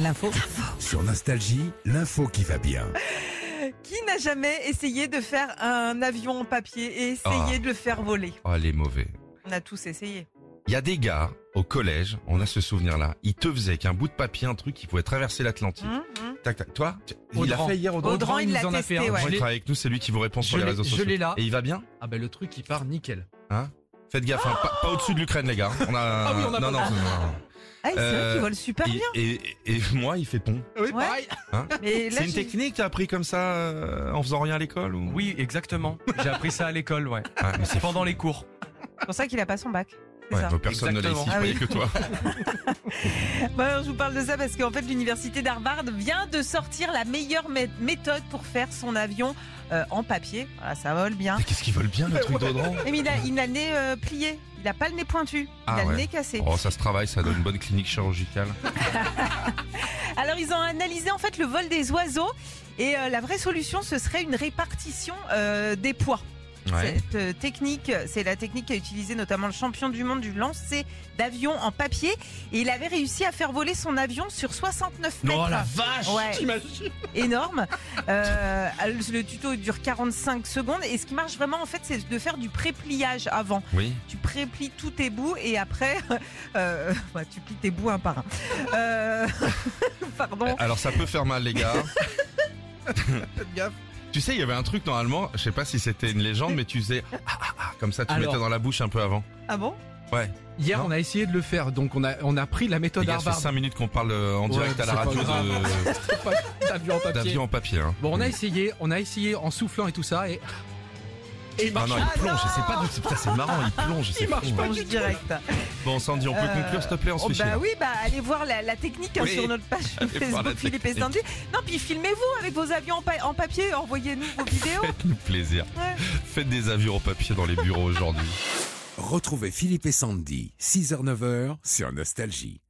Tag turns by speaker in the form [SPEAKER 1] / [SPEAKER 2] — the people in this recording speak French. [SPEAKER 1] L'info.
[SPEAKER 2] Sur Nostalgie, l'info qui va bien.
[SPEAKER 3] Qui n'a jamais essayé de faire un avion en papier et essayé
[SPEAKER 2] Ah.
[SPEAKER 3] de le faire voler
[SPEAKER 2] Oh, les mauvais.
[SPEAKER 3] On a tous essayé.
[SPEAKER 2] Il y a des gars au collège, on a ce souvenir-là. Ils te faisaient qu'un bout de papier, un truc qui pouvait traverser l'Atlantique.
[SPEAKER 3] Hum, hum.
[SPEAKER 2] Tac, tac. Toi, tu- il a
[SPEAKER 4] Audran.
[SPEAKER 2] fait hier au
[SPEAKER 3] Audran, Audran, il
[SPEAKER 4] nous
[SPEAKER 3] l'a
[SPEAKER 4] en a
[SPEAKER 3] testé,
[SPEAKER 4] fait un.
[SPEAKER 3] ouais.
[SPEAKER 4] Je
[SPEAKER 2] Il
[SPEAKER 4] l'ai-
[SPEAKER 2] travaille avec nous, c'est lui qui vous répond sur
[SPEAKER 4] je
[SPEAKER 2] les
[SPEAKER 4] l'ai-
[SPEAKER 2] réseaux
[SPEAKER 4] je
[SPEAKER 2] sociaux.
[SPEAKER 4] l'ai là.
[SPEAKER 2] Et il va bien
[SPEAKER 4] Ah ben le truc il part nickel.
[SPEAKER 2] Faites gaffe, hein, pas, pas au-dessus de l'Ukraine, les gars. On a...
[SPEAKER 4] Ah oui, on a
[SPEAKER 2] non, non,
[SPEAKER 4] pas-
[SPEAKER 2] non, non, non.
[SPEAKER 3] Ah, c'est
[SPEAKER 2] Euh,
[SPEAKER 3] vrai qu'il vole super
[SPEAKER 2] Et-
[SPEAKER 3] bien.
[SPEAKER 2] Et, et moi, il fait pont.
[SPEAKER 4] Oui,
[SPEAKER 3] pareil. Mais là,
[SPEAKER 2] C'est une
[SPEAKER 3] j'ai-
[SPEAKER 2] technique que t'as appris comme ça euh, en faisant rien à l'école ou...
[SPEAKER 4] Oui, exactement. J'ai appris ça à l'école, ouais.
[SPEAKER 2] Ah, mais c'est
[SPEAKER 4] Pendant les cours.
[SPEAKER 3] c'est pour ça qu'il a pas son bac. C'est
[SPEAKER 2] Ouais,
[SPEAKER 3] ça.
[SPEAKER 2] mais personne ne l'a ici, je
[SPEAKER 3] Exactement. Ah
[SPEAKER 2] voyais
[SPEAKER 3] oui.
[SPEAKER 2] que toi.
[SPEAKER 3] Bah, je vous parle de ça parce qu'en fait, l'université d'Harvard vient de sortir la meilleure mé- méthode pour faire son avion euh, en papier. Voilà, ça vole bien.
[SPEAKER 2] Mais Qu'est-ce qu'ils veulent bien, le truc d'Audran
[SPEAKER 3] Et mais il a, il a le nez euh, plié. Il a pas le nez pointu. Il
[SPEAKER 2] Ah
[SPEAKER 3] a
[SPEAKER 2] ouais.
[SPEAKER 3] le nez cassé.
[SPEAKER 2] Oh, ça se travaille, ça donne une bonne clinique chirurgicale.
[SPEAKER 3] Alors ils ont analysé en fait le vol des oiseaux et euh, la vraie solution ce serait une répartition euh, des poids. Cette euh, technique, c'est la technique qu'a utilisée notamment le champion du monde du lancer d'avion en papier et il avait réussi à faire voler son avion sur 69 mètres.
[SPEAKER 2] Oh
[SPEAKER 4] vache
[SPEAKER 3] Ouais. Énorme. Euh, le tuto dure 45 secondes et ce qui marche vraiment en fait c'est de faire du pré-pliage avant
[SPEAKER 2] Oui.
[SPEAKER 3] tu préplies tous tes bouts et après, euh, bah, tu plies tes bouts un par un. Euh, pardon.
[SPEAKER 2] Euh, Alors ça peut faire mal les gars. Tu sais, il y avait un truc normalement, je sais pas si c'était une légende, mais tu faisais ah, ah, ah, comme ça, tu
[SPEAKER 4] Alors.
[SPEAKER 2] mettais dans la bouche un peu avant.
[SPEAKER 3] Ah bon
[SPEAKER 4] Hier
[SPEAKER 2] Non.
[SPEAKER 4] on a essayé de le faire, donc on a, on a pris la
[SPEAKER 2] Les
[SPEAKER 4] méthode
[SPEAKER 2] gars, ça fait
[SPEAKER 4] Harvard.
[SPEAKER 2] 5 minutes qu'on parle euh, en
[SPEAKER 4] Ouais,
[SPEAKER 2] direct à la
[SPEAKER 4] c'est
[SPEAKER 2] radio
[SPEAKER 4] pas
[SPEAKER 2] de-
[SPEAKER 4] C'est pas d'avion en papier.
[SPEAKER 2] d'avion en papier. hein.
[SPEAKER 4] Bon on a essayé, on a essayé en soufflant et tout ça et. Et il
[SPEAKER 2] Non, non,
[SPEAKER 3] Ah
[SPEAKER 2] il plonge, je sais pas, du- putain, c'est marrant, il plonge, c'est
[SPEAKER 4] marche
[SPEAKER 2] fou,
[SPEAKER 4] pas
[SPEAKER 2] hein.
[SPEAKER 3] Plonge direct.
[SPEAKER 2] Bon, Sandy, on peut
[SPEAKER 3] Euh,
[SPEAKER 2] conclure, s'il te plaît, on se
[SPEAKER 3] Oh,
[SPEAKER 2] fait chier,
[SPEAKER 3] bah
[SPEAKER 2] là.
[SPEAKER 3] oui, bah allez voir la, la technique hein,
[SPEAKER 2] Oui.
[SPEAKER 3] sur notre page
[SPEAKER 2] Allez voir la
[SPEAKER 3] Facebook Philippe et
[SPEAKER 2] technique.
[SPEAKER 3] Sandy. Non, puis filmez-vous avec vos avions en, pa- en papier, envoyez-nous vos vidéos.
[SPEAKER 2] Faites-nous plaisir.
[SPEAKER 3] Ouais.
[SPEAKER 2] Faites des avions en papier dans les bureaux aujourd'hui.
[SPEAKER 1] Retrouvez Philippe et Sandy, 6h-9h sur Nostalgie.